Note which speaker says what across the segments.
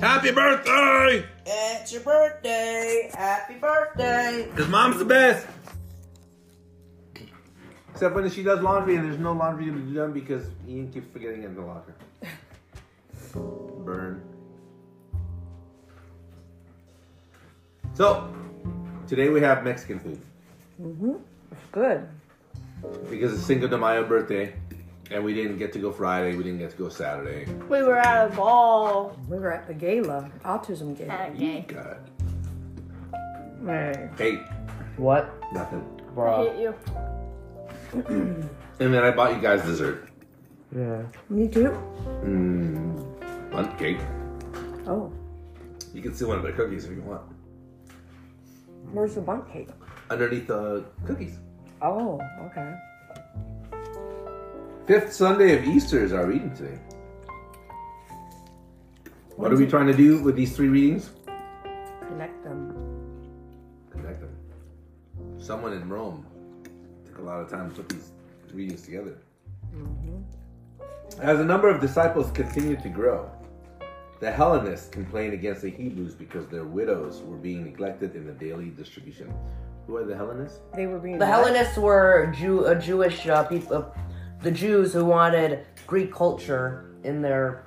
Speaker 1: Happy birthday!
Speaker 2: It's your birthday. Happy birthday.
Speaker 1: Cause mom's the best. Except when she does laundry and there's no laundry to be done because Ian keeps forgetting it in the locker. Burn. So, today we have Mexican food
Speaker 2: It's good.
Speaker 1: because it's Cinco de Mayo birthday, and we didn't get to go Friday. We didn't get to go Saturday.
Speaker 3: We were at a ball.
Speaker 2: We were at the gala, autism gala.
Speaker 3: That day.
Speaker 1: God.
Speaker 2: Hey.
Speaker 1: Hey,
Speaker 4: What?
Speaker 1: nothing.
Speaker 4: Bro.
Speaker 3: I hate you.
Speaker 1: And then I bought you guys dessert.
Speaker 4: Yeah.
Speaker 2: Me too.
Speaker 1: Mmm. Fun cake.
Speaker 2: Oh,
Speaker 1: You can steal one of the cookies if you want.
Speaker 2: where's the bunk cake?
Speaker 1: Underneath the cookies.
Speaker 2: Oh, okay.
Speaker 1: Fifth Sunday of Easter is our reading today. What are we trying to do with these three readings?
Speaker 2: Connect them.
Speaker 1: Connect them. Someone in Rome took a lot of time to put these readings together. Mm-hmm. As the number of disciples continued to grow, the Hellenists complained against the Hebrews because their widows were being neglected in the daily distribution. Who are the Hellenists?
Speaker 2: They were being
Speaker 5: The Hellenists were Jew, a Jewish uh, people, the Jews who wanted Greek culture in their.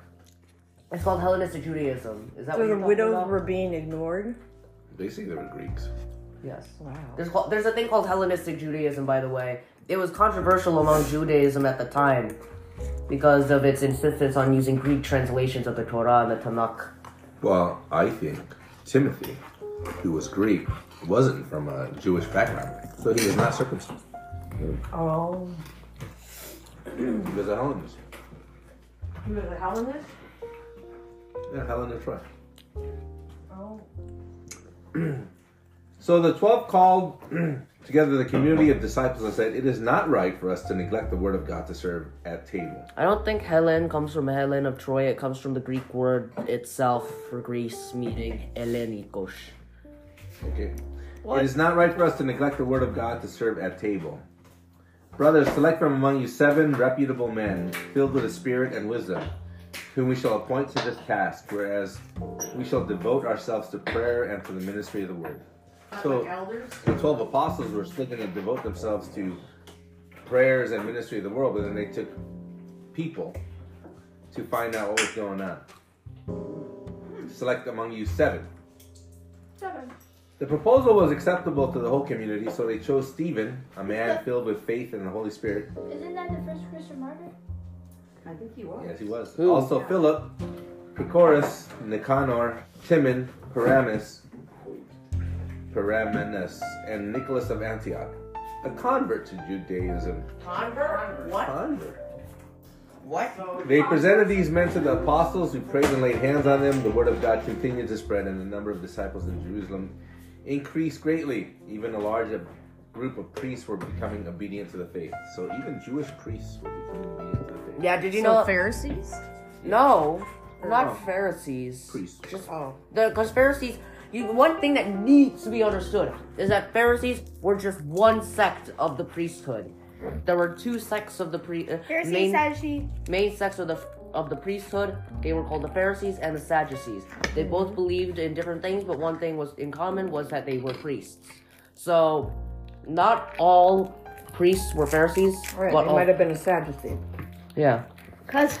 Speaker 5: It's called Hellenistic Judaism. Is that
Speaker 2: So
Speaker 5: what
Speaker 2: the
Speaker 5: you're talking
Speaker 2: widows
Speaker 5: about?
Speaker 2: were being ignored.
Speaker 1: They say they were Greeks.
Speaker 5: Yes.
Speaker 2: Wow.
Speaker 5: There's called, there's a thing called Hellenistic Judaism, by the way. It was controversial among Judaism at the time because of its insistence on using Greek translations of the Torah and the Tanakh.
Speaker 1: Well, I think Timothy, who was Greek, wasn't from a Jewish background, so he was not circumcised.
Speaker 2: Oh.
Speaker 1: He was a Hellenist.
Speaker 2: You were the Hellenist?
Speaker 1: Yeah, Hellenist, right?
Speaker 2: Oh.
Speaker 1: So the twelve called together the community of disciples and said, "It is not right for us to neglect the word of God to serve at table."
Speaker 5: I don't think Helen comes from Helen of Troy. It comes from the Greek word itself for Greece, meaning Hellenikos.
Speaker 1: Okay. It is not right for us to neglect the word of God to serve at table. Brothers, select from among you seven reputable men, filled with the spirit and wisdom, whom we shall appoint to this task, whereas we shall devote ourselves to prayer and to the ministry of the word. So the twelve apostles were still going to devote themselves to prayers and ministry of the world, but then they took people to find out what was going on. Select among you seven.
Speaker 3: Seven.
Speaker 1: The proposal was acceptable to the whole community, so they chose Stephen, a man filled with faith and the Holy Spirit.
Speaker 3: Isn't that the first Christian martyr?
Speaker 5: I think he
Speaker 1: Yes, he was. Also, Philip, Prochorus, Nicanor, Timon, Paramus, Paramenus, and Nicholas of Antioch, a convert to Judaism.
Speaker 5: Convert? What?
Speaker 1: Convert.
Speaker 5: What?
Speaker 1: They presented these men to the apostles, who prayed and laid hands on them. The word of God continued to spread, and the number of disciples in Jerusalem increased greatly. Even a large group of priests were becoming obedient to the faith. So even Jewish priests were becoming obedient to the faith.
Speaker 5: Yeah, did you
Speaker 6: so
Speaker 5: know?
Speaker 6: Pharisees?
Speaker 5: No, not
Speaker 1: Oh.
Speaker 5: Pharisees.
Speaker 1: Priests.
Speaker 5: Just oh, the because Pharisees. You, one thing that needs to be understood is that Pharisees were just one sect of the priesthood. There were two sects of the pri- uh,
Speaker 3: Here's
Speaker 5: main,
Speaker 3: says she.
Speaker 5: main sects of the of the priesthood. They were called the Pharisees and the Sadducees. They both believed in different things, but one thing was in common was that they were priests. So, not all priests were Pharisees,
Speaker 2: Right.
Speaker 5: but
Speaker 2: it
Speaker 5: all-
Speaker 2: might have been a Sadducee.
Speaker 5: yeah.
Speaker 3: Cause.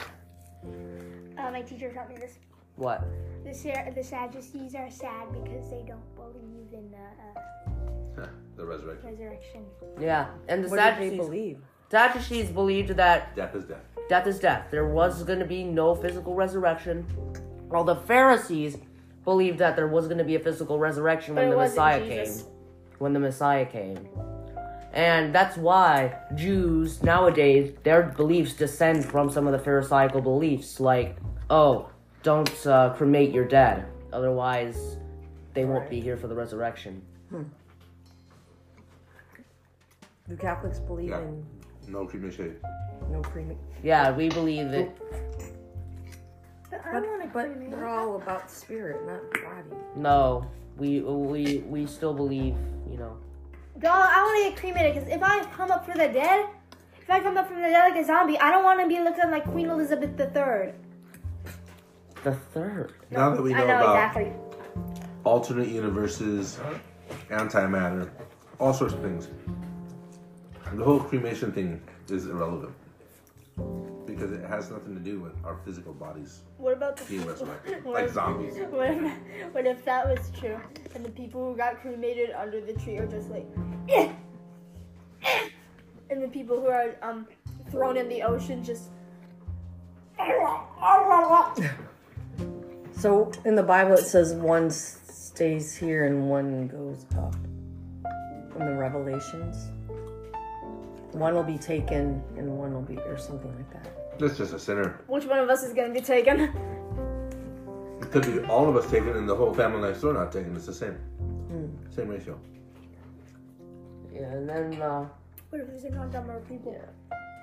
Speaker 3: Uh, my teacher taught me this.
Speaker 5: What?
Speaker 3: The, Sar- the Sadducees are sad because they don't believe in
Speaker 4: uh,
Speaker 3: the
Speaker 1: Huh, the
Speaker 3: uh,
Speaker 1: resurrection.
Speaker 3: resurrection.
Speaker 5: Yeah, and the
Speaker 2: What did they
Speaker 5: Sadducees
Speaker 2: believe?
Speaker 5: Sadducees believed that
Speaker 1: Death is death.
Speaker 5: death is death. There was going to be no physical resurrection. While the Pharisees believed that there was going to be a physical resurrection
Speaker 3: But
Speaker 5: when
Speaker 3: it
Speaker 5: the
Speaker 3: wasn't
Speaker 5: Messiah
Speaker 3: Jesus.
Speaker 5: came. When the Messiah came. And that's why Jews nowadays, their beliefs descend from some of the Pharisaical beliefs, like, oh, don't uh, cremate your dead, otherwise they won't be here for the resurrection.
Speaker 2: Do Catholics believe
Speaker 1: Yeah.
Speaker 2: in
Speaker 1: No cremation.
Speaker 2: no cremation?
Speaker 5: Yeah, we believe it.
Speaker 3: But I
Speaker 2: But,
Speaker 3: want to
Speaker 2: but they're all about spirit, not body.
Speaker 5: No, we we we still believe, you know.
Speaker 3: Dog, I want to get cremated because if I come up from the dead, if I come up from the dead like a zombie, I don't want to be looking like Queen Elizabeth III.
Speaker 5: the third.
Speaker 1: Now that we know,
Speaker 3: I know
Speaker 1: about
Speaker 3: exactly.
Speaker 1: alternate universes, antimatter, all sorts of things, the whole cremation thing is irrelevant because it has nothing to do with our physical bodies
Speaker 4: What about the
Speaker 1: being
Speaker 4: people?
Speaker 1: resurrected,
Speaker 4: What
Speaker 1: like
Speaker 4: if-
Speaker 1: zombies.
Speaker 4: What if, what if that was true, and the people who got cremated under the tree are just like, "Eh, eh," and the people who are um thrown in the ocean just.
Speaker 6: So in the Bible, it says one s- stays here and one goes up. In the Revelations, one will be taken and one will be, or something like that.
Speaker 1: That's just a sinner.
Speaker 4: Which one of us is gonna be taken?
Speaker 1: It could be all of us taken and the whole family next door not taken. It's the same, same ratio.
Speaker 5: Yeah, and then uh,
Speaker 3: What if there's a non number of people?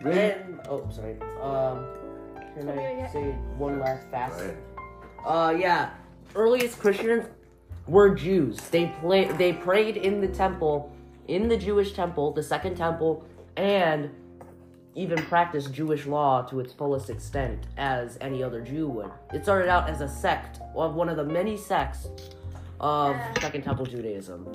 Speaker 1: Really?
Speaker 5: and oh sorry. Um, can I say one last fast?
Speaker 1: Right.
Speaker 5: Uh, yeah. Earliest Christians were Jews. They play, they prayed in the temple, in the Jewish temple, the second temple, and even practiced Jewish law to its fullest extent as any other Jew would. It started out as a sect of one of the many sects of Second Temple Judaism.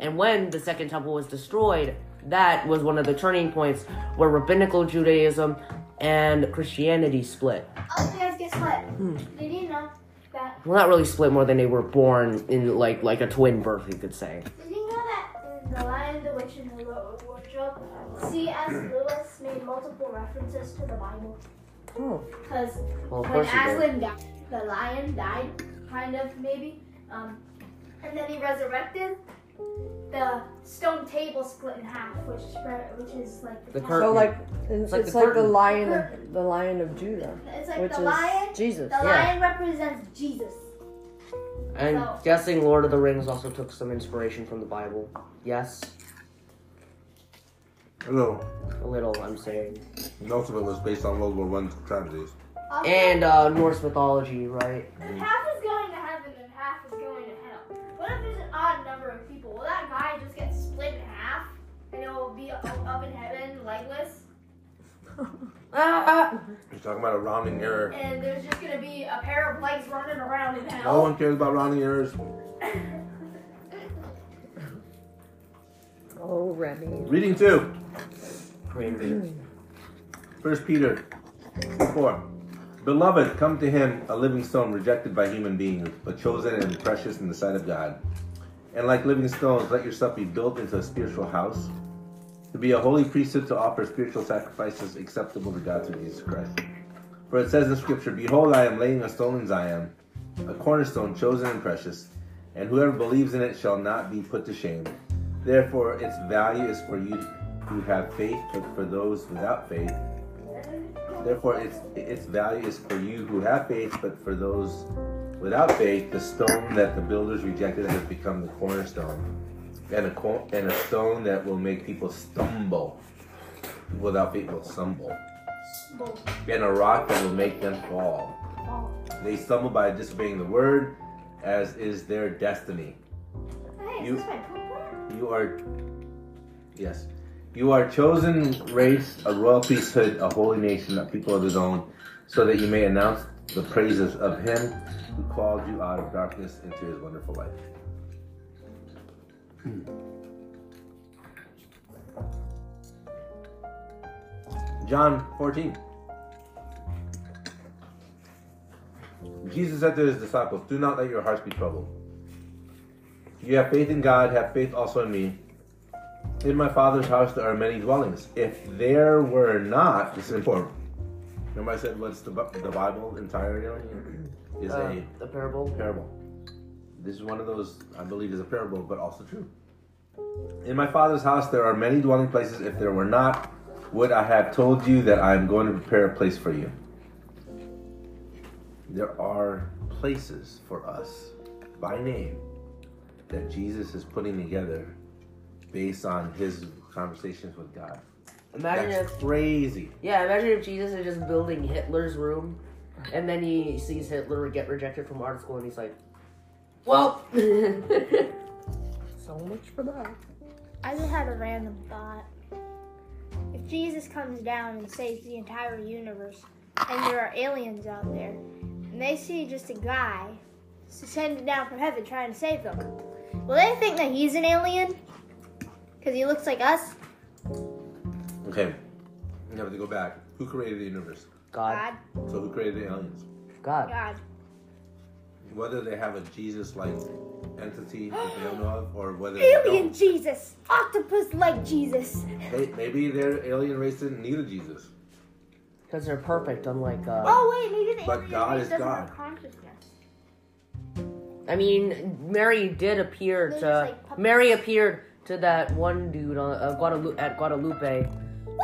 Speaker 5: And when the Second Temple was destroyed, that was one of the turning points where rabbinical Judaism and Christianity split.
Speaker 3: Oh, you guys, guess what?
Speaker 6: Hmm.
Speaker 3: Did you know that?
Speaker 5: Well, not really split more than they were born in like like a twin birth, you could say.
Speaker 3: Did you know that in The Lion, the Witch, and the Wardrobe, C.S. Lewis made multiple references to the Bible?
Speaker 6: Oh.
Speaker 3: Because
Speaker 5: Well, of
Speaker 3: when
Speaker 5: course you did.
Speaker 3: Aslan died, the lion died, kind of maybe, um, and then he resurrected. The stone table split in half, which is pre- which is like
Speaker 5: The
Speaker 3: temple.
Speaker 5: curtain.
Speaker 6: So like, it's,
Speaker 5: like
Speaker 6: it's
Speaker 5: the
Speaker 6: like the
Speaker 5: curtain.
Speaker 6: lion of the lion of Judah,
Speaker 3: It's like
Speaker 6: which
Speaker 3: the
Speaker 6: is
Speaker 3: lion. The
Speaker 6: Jesus.
Speaker 3: lion represents Jesus.
Speaker 5: And
Speaker 3: So-
Speaker 5: guessing Lord of the Rings also took some inspiration from the Bible. Yes,
Speaker 1: Hello.
Speaker 5: a little, I'm saying.
Speaker 1: Most of it was based on World War One tragedies.
Speaker 3: Also,
Speaker 5: And uh, Norse mythology, right?
Speaker 3: if
Speaker 1: Mm.
Speaker 3: half is going to heaven and half is going to hell. What if there's an odd number of people? Will that guy just get split in half, and it will be up up in heaven legless?
Speaker 6: Ah,
Speaker 1: You're talking about a rounding error.
Speaker 3: And there's just gonna be a pair of legs running around in
Speaker 1: No
Speaker 3: hell.
Speaker 1: one cares about rounding errors.
Speaker 6: Oh, Remy.
Speaker 1: Reading two.
Speaker 5: Great.
Speaker 1: First Peter four. Beloved, come to him, a living stone rejected by human beings, but chosen and precious in the sight of God. And like living stones, let yourself be built into a spiritual house, to be a holy priesthood to offer spiritual sacrifices acceptable to God through Jesus Christ. For it says in Scripture, Behold, I am laying a stone in Zion, a cornerstone chosen and precious, and whoever believes in it shall not be put to shame. Therefore, its value is for you who have faith, but for those without faith, Therefore, its its value is for you who have faith, but for those without faith, the stone that the builders rejected has become the cornerstone, and a cor- and a stone that will make people stumble. People without faith will stumble, and a rock that will make them fall. They stumble by disobeying the word, as is their destiny.
Speaker 3: Hey,
Speaker 1: You-
Speaker 3: is this my poop one?
Speaker 1: You are, yes, you are chosen race, a royal priesthood, a holy nation, a people of His own, so that you may announce the praises of Him who called you out of darkness into His wonderful light. John 14. Jesus said to his disciples, Do not let your hearts be troubled. You have faith in God, have faith also in me. In my Father's house there are many dwellings. If there were not, this is important. Remember, I said what's the, Bi- the Bible entirely is
Speaker 5: Uh,
Speaker 1: a
Speaker 5: the parable.
Speaker 1: parable. This is one of those I believe is a parable, but also true. In my father's house there are many dwelling places. If there were not, would I have told you that I am going to prepare a place for you? There are places for us by name that Jesus is putting together based on his conversations with God.
Speaker 5: Imagine
Speaker 1: That's
Speaker 5: if,
Speaker 1: crazy.
Speaker 5: yeah, imagine if Jesus is just building Hitler's room, and then he sees Hitler get rejected from art school, and he's like, "Well."
Speaker 6: So much for that.
Speaker 3: I just had a random thought. If Jesus comes down and saves the entire universe, and there are aliens out there,
Speaker 4: and they see just a guy descending down from heaven trying to save them. Will they think that he's an alien? Because he looks like us?
Speaker 1: Okay. You have to go back. Who created the universe?
Speaker 5: God.
Speaker 4: God,
Speaker 1: So who created the aliens?
Speaker 5: God.
Speaker 4: God.
Speaker 1: Whether they have a Jesus-like entity that they don't know of, or whether
Speaker 4: Alien Jesus! Octopus like Jesus!
Speaker 1: they don't. Hey, maybe their alien race didn't need a Jesus.
Speaker 5: Because they're perfect, unlike uh
Speaker 4: Oh, wait, maybe the
Speaker 1: But
Speaker 4: alien
Speaker 1: God
Speaker 4: race
Speaker 1: is
Speaker 4: doesn't
Speaker 1: God.
Speaker 4: have consciousness.
Speaker 5: I mean, Mary did appear
Speaker 4: They're
Speaker 5: to
Speaker 4: just like puppets.
Speaker 5: Mary appeared to that one dude on uh, Guadalupe at Guadalupe,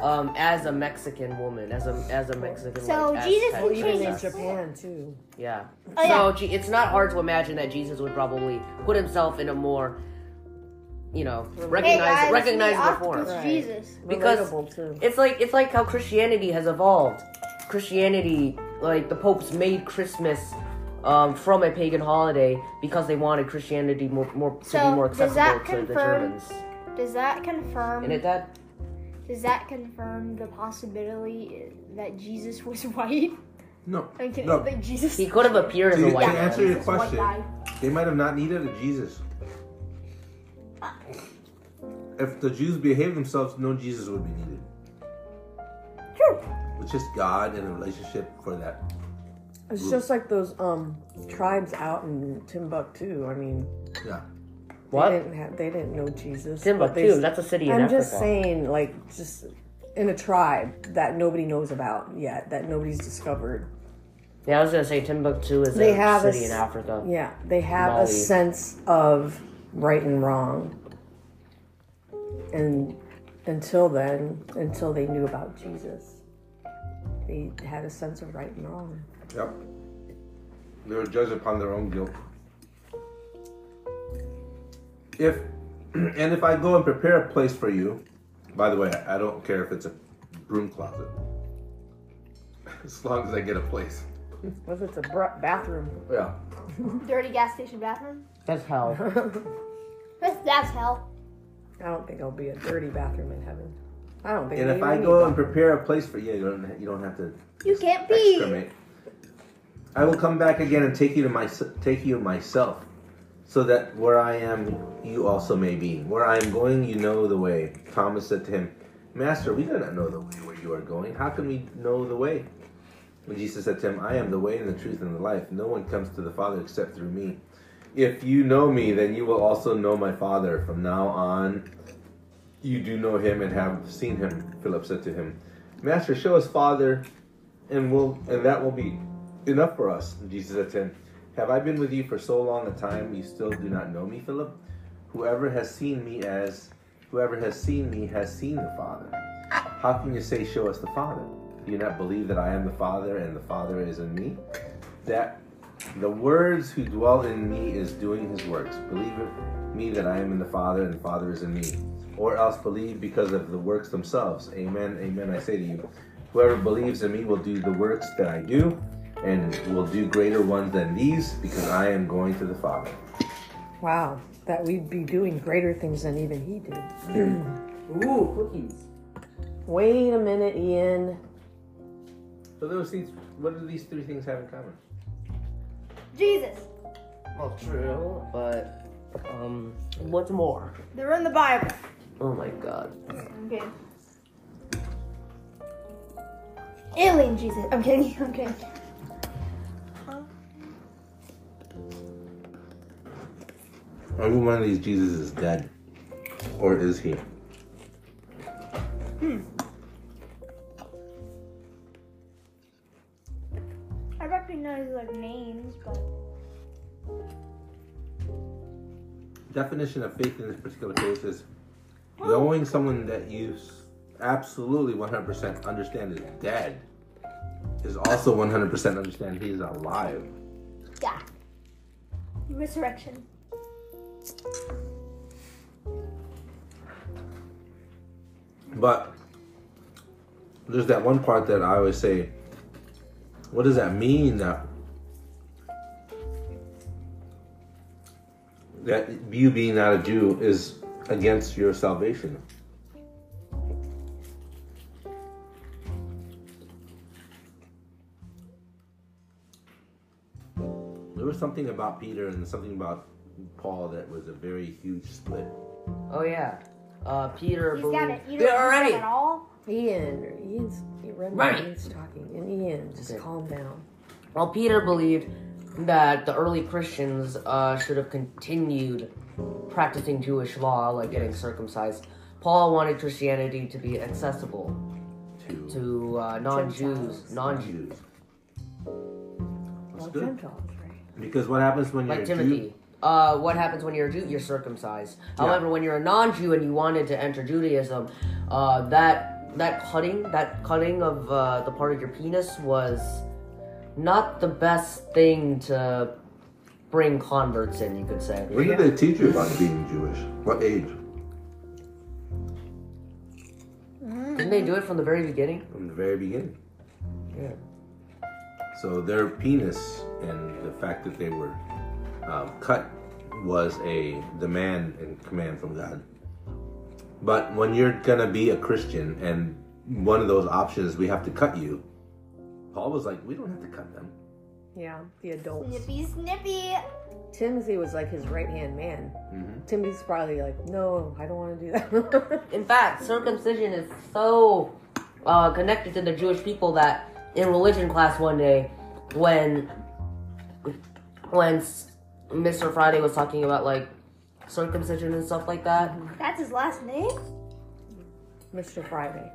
Speaker 5: um, as a Mexican woman, as a as a Mexican.
Speaker 4: So
Speaker 5: like,
Speaker 4: Jesus
Speaker 5: Aztec
Speaker 4: Well,
Speaker 6: Even in
Speaker 5: princess.
Speaker 6: Japan too.
Speaker 5: Yeah.
Speaker 4: Oh,
Speaker 5: so gee, it's not hard to imagine that Jesus would probably put himself in a more, you know,
Speaker 4: Hey,
Speaker 5: recognize
Speaker 4: guys,
Speaker 5: recognizable
Speaker 4: it's me,
Speaker 5: form.
Speaker 4: Octopus
Speaker 6: Right.
Speaker 4: Jesus.
Speaker 5: Because-
Speaker 6: Relatable too.
Speaker 5: It's like it's like how Christianity has evolved. Christianity, like the popes made Christmas um, from a pagan holiday because they wanted Christianity more, more to
Speaker 4: So,
Speaker 5: be more
Speaker 4: does that
Speaker 5: accessible to the
Speaker 4: confirm-
Speaker 5: Germans.
Speaker 4: Does that confirm
Speaker 5: And it that
Speaker 4: Does that confirm the possibility that Jesus was white?
Speaker 1: No.
Speaker 4: I'm kidding.
Speaker 1: No.
Speaker 4: But Jesus.
Speaker 5: he could have appeared as
Speaker 1: To,
Speaker 5: a
Speaker 1: to
Speaker 5: white
Speaker 1: answer
Speaker 5: man.
Speaker 1: your question,
Speaker 4: guy.
Speaker 1: they might have not needed a Jesus. If the Jews behaved themselves, no Jesus would be needed.
Speaker 4: True.
Speaker 1: It's just God and a relationship for that.
Speaker 6: It's just like those um tribes out in Timbuktu. I mean,
Speaker 1: Yeah.
Speaker 6: They
Speaker 5: What?
Speaker 6: didn't, have, they didn't know Jesus. but they-
Speaker 5: Timbuktu. That's a city in
Speaker 6: I'm
Speaker 5: Africa.
Speaker 6: just saying, like, just in a tribe that nobody knows about yet, that nobody's discovered.
Speaker 5: Yeah, I was gonna say Timbuktu is
Speaker 6: They
Speaker 5: a
Speaker 6: have a
Speaker 5: city in
Speaker 6: s-
Speaker 5: Africa.
Speaker 6: Yeah, they have
Speaker 5: Mali.
Speaker 6: a sense of right and wrong. And until then, until they knew about Jesus, they had a sense of right and wrong.
Speaker 1: Yep. They were judged upon their own guilt. If and if I go and prepare a place for you, by the way, I don't care if it's a broom closet, as long as I get a place.
Speaker 6: What if it's a br- bathroom?
Speaker 1: Yeah.
Speaker 4: Dirty gas station bathroom.
Speaker 5: That's hell.
Speaker 4: That's, that's hell.
Speaker 6: I don't think it'll be a dirty bathroom in heaven. I don't think.
Speaker 1: And
Speaker 6: they
Speaker 1: if I
Speaker 6: even
Speaker 1: go
Speaker 6: need
Speaker 1: and prepare a place for you, you don't you don't have to
Speaker 4: You can't pee.
Speaker 1: excrement. I will come back again and take you to my take you myself, so that where I am, you also may be. Where I am going, you know the way. Thomas said to him, Master, we do not know the way where you are going. How can we know the way? And Jesus said to him, I am the way and the truth and the life. No one comes to the Father except through me. If you know me, then you will also know my Father. From now on, you do know him and have seen him. Philip said to him, Master, show us Father, and will and that will be enough for us. And Jesus said to him, Have I been with you for so long a time you still do not know me, Philip? Whoever has seen me as whoever has seen me has seen the Father. How can you say show us the Father? Do you not believe that I am the Father and the Father is in me? That the words who dwell in me is doing his works. Believe it, me that I am in the Father and the Father is in me. Or else believe because of the works themselves. Amen, amen, I say to you. Whoever believes in me will do the works that I do, and will do greater ones than these, because I am going to the Father.
Speaker 6: to- Wow, that we'd be doing greater things than even he did.
Speaker 5: Ooh, cookies.
Speaker 6: Wait a minute, Ian.
Speaker 1: So those things, what do these three things have in common?
Speaker 4: Jesus.
Speaker 5: Well, true, but um, what's more?
Speaker 4: They're in the Bible.
Speaker 5: Oh my God.
Speaker 4: Okay. Alien Jesus. I'm kidding. I'm kidding.
Speaker 1: Every one of these Jesus is dead, or is he?
Speaker 4: I recognize like names, but
Speaker 1: Definition of faith in this particular case is knowing someone that you s- absolutely 100% understand is dead is also 100% understand he is alive.
Speaker 4: yeah. Resurrection.
Speaker 1: But there's that one part that I always say, what does that mean that that you being not a Jew is against your salvation? There was something about Peter and something about Paul that was a very huge split.
Speaker 5: Oh yeah. Uh, Peter.
Speaker 3: He's
Speaker 5: believed-
Speaker 3: got it. You
Speaker 5: They're
Speaker 3: don't already.
Speaker 5: already.
Speaker 3: at all.
Speaker 6: Ian, or Ian's, Ian
Speaker 5: Right.
Speaker 6: Ian's talking, and Ian, just
Speaker 5: Okay.
Speaker 6: calm down.
Speaker 5: Well, Peter believed that the early Christians uh, should have continued practicing Jewish law, like getting circumcised. Paul wanted Christianity to be accessible
Speaker 1: To,
Speaker 5: to uh, non-Jews,
Speaker 6: Gentiles.
Speaker 5: non-Jews,
Speaker 1: Jews. That's
Speaker 6: Well,
Speaker 1: good.
Speaker 6: Gentiles, right?
Speaker 1: Because what happens when you're
Speaker 5: like
Speaker 1: a Jew?
Speaker 5: Timothy. Uh, what happens when you're a Jew? You're circumcised.
Speaker 1: Yeah.
Speaker 5: However, when you're a non-Jew and you wanted to enter Judaism, uh, that that cutting, that cutting of uh, the part of your penis was not the best thing to bring converts in. You could say.
Speaker 1: When did they teach you about being Jewish? What age?
Speaker 5: Didn't they do it from the very beginning?
Speaker 1: From the very beginning.
Speaker 5: Yeah.
Speaker 1: So their penis and the fact that they were um, cut was a demand and command from God. But when you're gonna be a Christian and one of those options is we have to cut you, Paul was like, we don't have to cut them.
Speaker 6: Yeah, the adults.
Speaker 3: Snippy, snippy.
Speaker 6: Timothy was like his right hand man. Timothy's probably like, no, I don't want to do that.
Speaker 5: In fact, circumcision is so uh, connected to the Jewish people that in religion class one day, when when S- Mr. Friday was talking about like circumcision and stuff like that,
Speaker 3: That's his last name?
Speaker 6: Mr. Friday.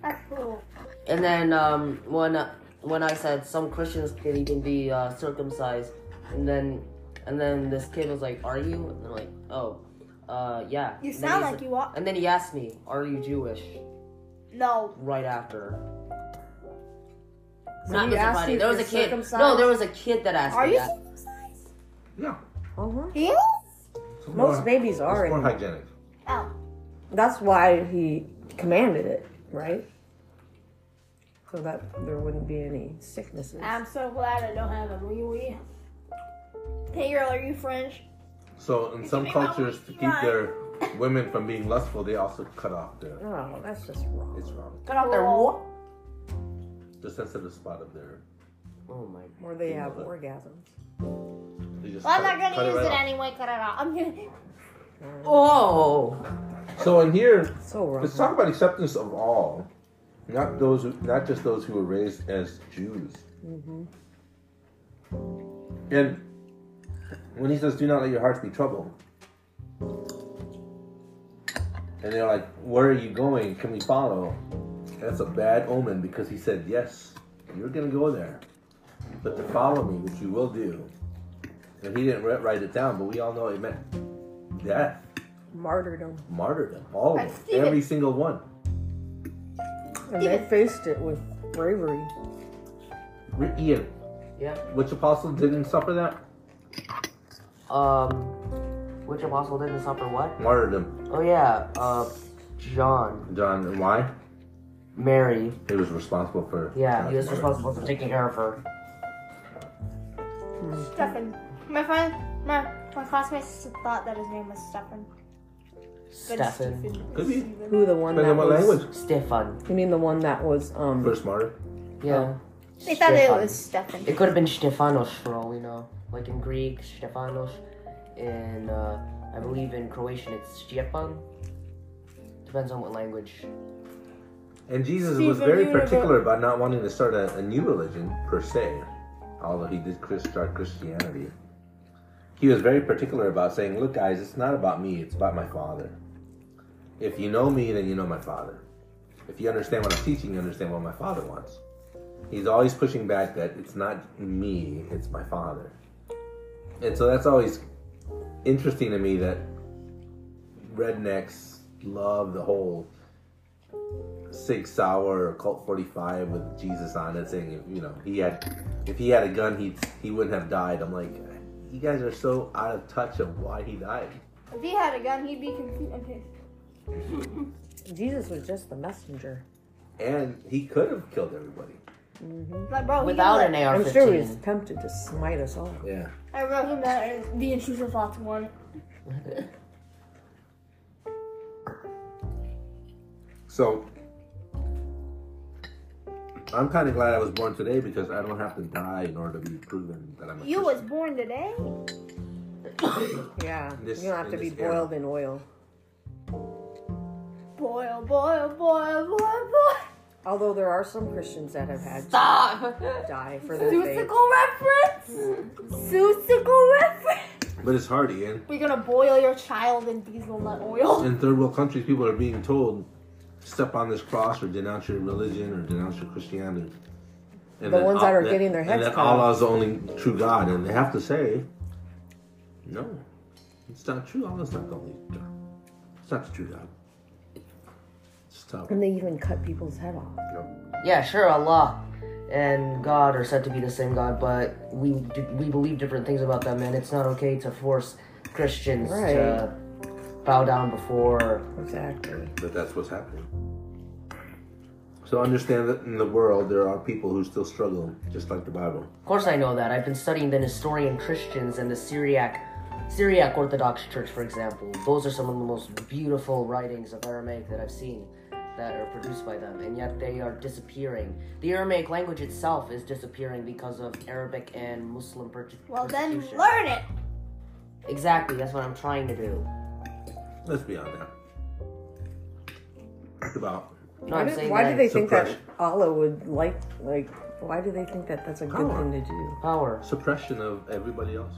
Speaker 3: That's cool.
Speaker 5: and then um, when when I said some Christians can even be uh, circumcised, and then and then this kid was like, "Are you?" And they're like, "Oh, uh, yeah."
Speaker 4: You
Speaker 5: And then
Speaker 4: sound
Speaker 5: he's
Speaker 4: like you are.
Speaker 5: And then he asked me, "Are you Jewish?"
Speaker 4: No.
Speaker 5: Right after.
Speaker 6: So
Speaker 5: Not
Speaker 6: he asked
Speaker 5: somebody.
Speaker 6: you
Speaker 5: There was a
Speaker 6: if
Speaker 5: kid.
Speaker 6: you're
Speaker 5: No,
Speaker 6: circumcised?
Speaker 5: there was a kid that asked
Speaker 4: Are
Speaker 5: me
Speaker 4: you
Speaker 5: that.
Speaker 4: circumcised?
Speaker 1: Yeah.
Speaker 6: Uh-huh.
Speaker 4: He
Speaker 1: It's
Speaker 6: Most
Speaker 1: more-
Speaker 6: babies
Speaker 1: it's
Speaker 6: are.
Speaker 1: more
Speaker 6: and
Speaker 1: hygienic.
Speaker 3: Oh.
Speaker 6: That's why he commanded it, right? So that there wouldn't be any sicknesses.
Speaker 4: I'm so glad I don't have a wee wee. Hey girl, are you French?
Speaker 1: So in
Speaker 5: "Oh,
Speaker 1: some cultures, to keep their women from being lustful, they also cut off their.
Speaker 6: oh, that's just wrong.
Speaker 1: It's wrong.
Speaker 5: Cut off their what?
Speaker 1: The sensitive spot of their.
Speaker 5: Oh my.
Speaker 6: Or they have orgasms.
Speaker 1: They just
Speaker 3: Well, I'm
Speaker 1: cut
Speaker 3: not
Speaker 1: cut
Speaker 3: gonna use
Speaker 1: right
Speaker 3: it
Speaker 1: off.
Speaker 3: anyway. Cut it off. I'm gonna.
Speaker 5: Oh.
Speaker 1: So in here,
Speaker 6: So wrong.
Speaker 1: Let's talk about acceptance of all, not those, who, not just those who were raised as Jews. And when he says, "Do not let your hearts be troubled," and they're like, "Where are you going? Can we follow?" That's a bad omen because he said, "Yes, you're going to go there, but to follow me, which you will do." And he didn't wri- write it down, but we all know it meant death
Speaker 6: Martyrdom.
Speaker 1: martyrdom. All
Speaker 3: Right,
Speaker 1: of them.
Speaker 3: Stephen.
Speaker 1: Every single one.
Speaker 6: And they faced it with bravery.
Speaker 1: Re- Ian,
Speaker 5: Yep.
Speaker 1: which apostle didn't suffer that?
Speaker 5: Um. Which apostle didn't suffer what?
Speaker 1: Martyrdom.
Speaker 5: Oh yeah. Uh, John,
Speaker 1: John, and why?
Speaker 5: Mary.
Speaker 1: He was responsible for.
Speaker 5: Yeah, he was
Speaker 1: John's
Speaker 5: responsible for taking care of her.
Speaker 3: Stefan. My friend, my, my classmates thought that his name was Stefan.
Speaker 5: Stefan.
Speaker 1: murder. Could be.
Speaker 6: Who the
Speaker 1: Depending
Speaker 6: one that
Speaker 1: on what
Speaker 6: was?
Speaker 1: language.
Speaker 5: Stefan.
Speaker 6: You mean the one that was um?
Speaker 1: First martyr.
Speaker 5: Yeah.
Speaker 3: They thought it
Speaker 5: Stefan.
Speaker 3: was Stefan.
Speaker 5: It could have been Stefanos for all we know. Like in Greek, Stefanos. In, uh, I believe in Croatian, it's Stjepan. Depends on what language.
Speaker 1: And Jesus was
Speaker 4: Stephen,
Speaker 1: very
Speaker 4: you were
Speaker 1: particular about not wanting to start a, a new religion per se, although he did Chris start Christianity. He was very particular about saying, "Look, guys, it's not about me; it's about my Father. If you know me, then you know my Father. If you understand what I'm teaching, you understand what my Father wants." He's always pushing back that it's not me; it's my Father. And so that's always interesting to me that rednecks love the whole six hour Colt 45 with Jesus on it saying, you know, he had, if he had a gun, he he wouldn't have died. I'm like, you guys are so out of touch of why he died.
Speaker 4: If he had a gun, he'd be confused. Okay.
Speaker 6: Jesus was just the messenger.
Speaker 1: And he could have killed everybody.
Speaker 4: Like, bro,
Speaker 5: Without an AR
Speaker 6: I'm sure he was
Speaker 5: 15.
Speaker 6: tempted to smite us all.
Speaker 1: Yeah.
Speaker 4: I wrote him that as the intrusive thoughts one.
Speaker 1: So I'm kind of glad I was born today because I don't have to die in order to be proven that I'm a
Speaker 4: You was
Speaker 1: Christian.
Speaker 4: born today?
Speaker 6: Yeah,
Speaker 1: This-
Speaker 6: you don't have
Speaker 1: in
Speaker 6: to be
Speaker 1: this era.
Speaker 6: boiled in oil.
Speaker 4: Boil, boil, boil, boil, boil.
Speaker 6: Although there are some Christians that have had to
Speaker 5: Ah.
Speaker 4: Stop!
Speaker 6: die for their faith.
Speaker 4: Susical reference!
Speaker 5: Mm.
Speaker 4: Susical reference!
Speaker 1: But it's hard, Ian.
Speaker 4: We're gonna boil your child in diesel nut oil.
Speaker 1: In third world countries, people are being told step on this cross or denounce your religion or denounce your Christianity. And
Speaker 6: The
Speaker 1: then
Speaker 6: ones that
Speaker 1: Al-
Speaker 6: are getting their heads
Speaker 1: And then
Speaker 6: cut
Speaker 1: Allah
Speaker 6: off.
Speaker 1: is the only true God, and they have to say, no, it's not true. Allah's not the only God. It's not the true God. It's tough.
Speaker 6: And they even cut people's head off.
Speaker 5: Yeah, sure, Allah and God are said to be the same God, but we d- we believe different things about them, and it's not okay to force Christians to bow down before.
Speaker 6: Exactly.
Speaker 1: But that's what's happening. So understand that in the world there are people who still struggle, just like the Bible.
Speaker 5: Of course, I know that. I've been studying the Nestorian Christians and the Syriac Syriac Orthodox Church, for example. Those are some of the most beautiful writings of Aramaic that I've seen that are produced by them, and yet they are disappearing. The Aramaic language itself is disappearing because of Arabic and Muslim per-
Speaker 4: Well, then
Speaker 5: persecution.
Speaker 4: learn it!
Speaker 5: Exactly, that's what I'm trying to do.
Speaker 1: Let's be honest. Think about
Speaker 5: No,
Speaker 6: Why
Speaker 5: I'm
Speaker 6: do,
Speaker 5: saying
Speaker 6: why
Speaker 5: that
Speaker 6: do they think that
Speaker 1: suppression.
Speaker 6: Allah would like, like, why do they think that that's a good
Speaker 1: Power.
Speaker 6: thing to do?
Speaker 5: power.
Speaker 1: suppression of everybody else.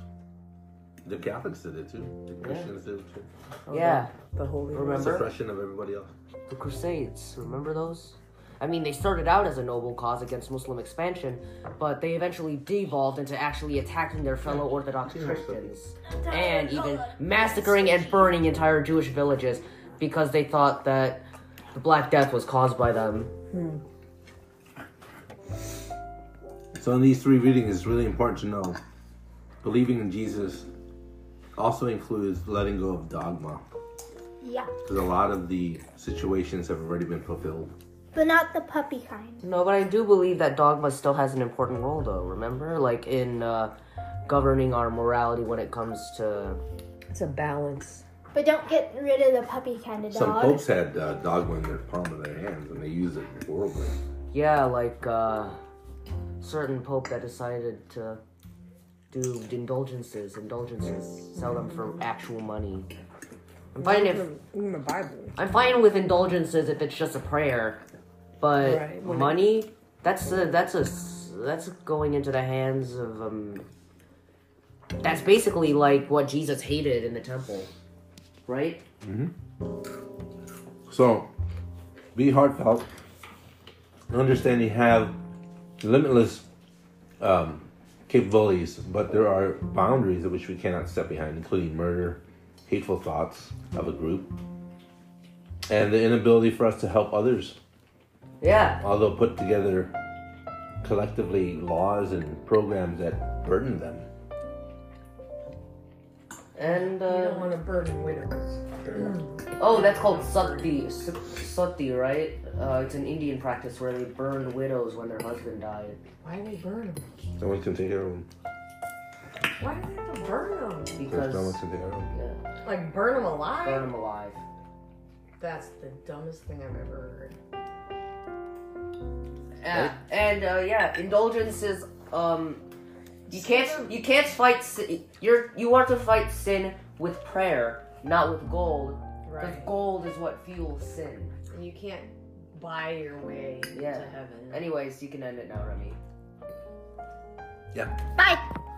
Speaker 1: The Catholics did it too. The Christians did it too.
Speaker 6: Oh,
Speaker 5: Yeah,
Speaker 6: The Holy
Speaker 5: Remember?
Speaker 1: Suppression of everybody else.
Speaker 5: the Crusades. Remember those? I mean, they started out as a noble cause against Muslim expansion, but they eventually devolved into actually attacking their fellow Orthodox Christians and even massacring and burning entire Jewish villages because they thought that the Black Death was caused by them.
Speaker 1: So in these three readings, it's really important to know believing in Jesus also includes letting go of dogma
Speaker 4: Yeah.
Speaker 1: because a lot of the situations have already been fulfilled.
Speaker 4: But not the puppy kind.
Speaker 5: No, but I do believe that dogma still has an important role, though. Remember, like in uh, governing our morality when it comes to
Speaker 6: It's a balance.
Speaker 4: But don't get rid of the puppy kind of
Speaker 1: Some
Speaker 4: dog.
Speaker 1: popes had uh, dogma in their palm of their hands and they used it horribly.
Speaker 5: Yeah, like uh certain pope that decided to do indulgences, indulgences, sell them for actual money. I'm fine if
Speaker 6: Even in the Bible.
Speaker 5: I'm fine with indulgences if it's just a prayer, but
Speaker 6: Right, when it-
Speaker 5: money that's a, that's a s- that's going into the hands of um that's basically like what Jesus hated in the temple. Right?
Speaker 1: So, be heartfelt. Understand you have limitless um, capabilities, but there are boundaries at which we cannot step behind, including murder, hateful thoughts of a group, and the inability for us to help others.
Speaker 5: Yeah.
Speaker 1: Although put together collectively laws and programs that burden them.
Speaker 5: And
Speaker 6: You
Speaker 5: uh
Speaker 6: don't want to burden widows.
Speaker 5: Oh, that's called sati, sati, right? Uh, it's an Indian practice where they burn widows when their husband died.
Speaker 6: Why do they burn them?
Speaker 1: No one can take care of them.
Speaker 6: Why do they have to burn them?
Speaker 1: There's no one
Speaker 5: Because
Speaker 1: can take care of them.
Speaker 5: yeah,
Speaker 6: Like burn them alive?
Speaker 5: burn them alive.
Speaker 6: That's the dumbest thing I've ever heard.
Speaker 5: Yeah, and uh, yeah, indulgences. Um, you can't you can't fight. Sin, you're you are to fight sin with prayer, not with gold. Because
Speaker 6: Right.
Speaker 5: gold is what fuels sin.
Speaker 6: And you can't buy your way
Speaker 5: Yeah.
Speaker 6: to heaven.
Speaker 5: Anyways, you can end it now, Remy.
Speaker 4: Bye!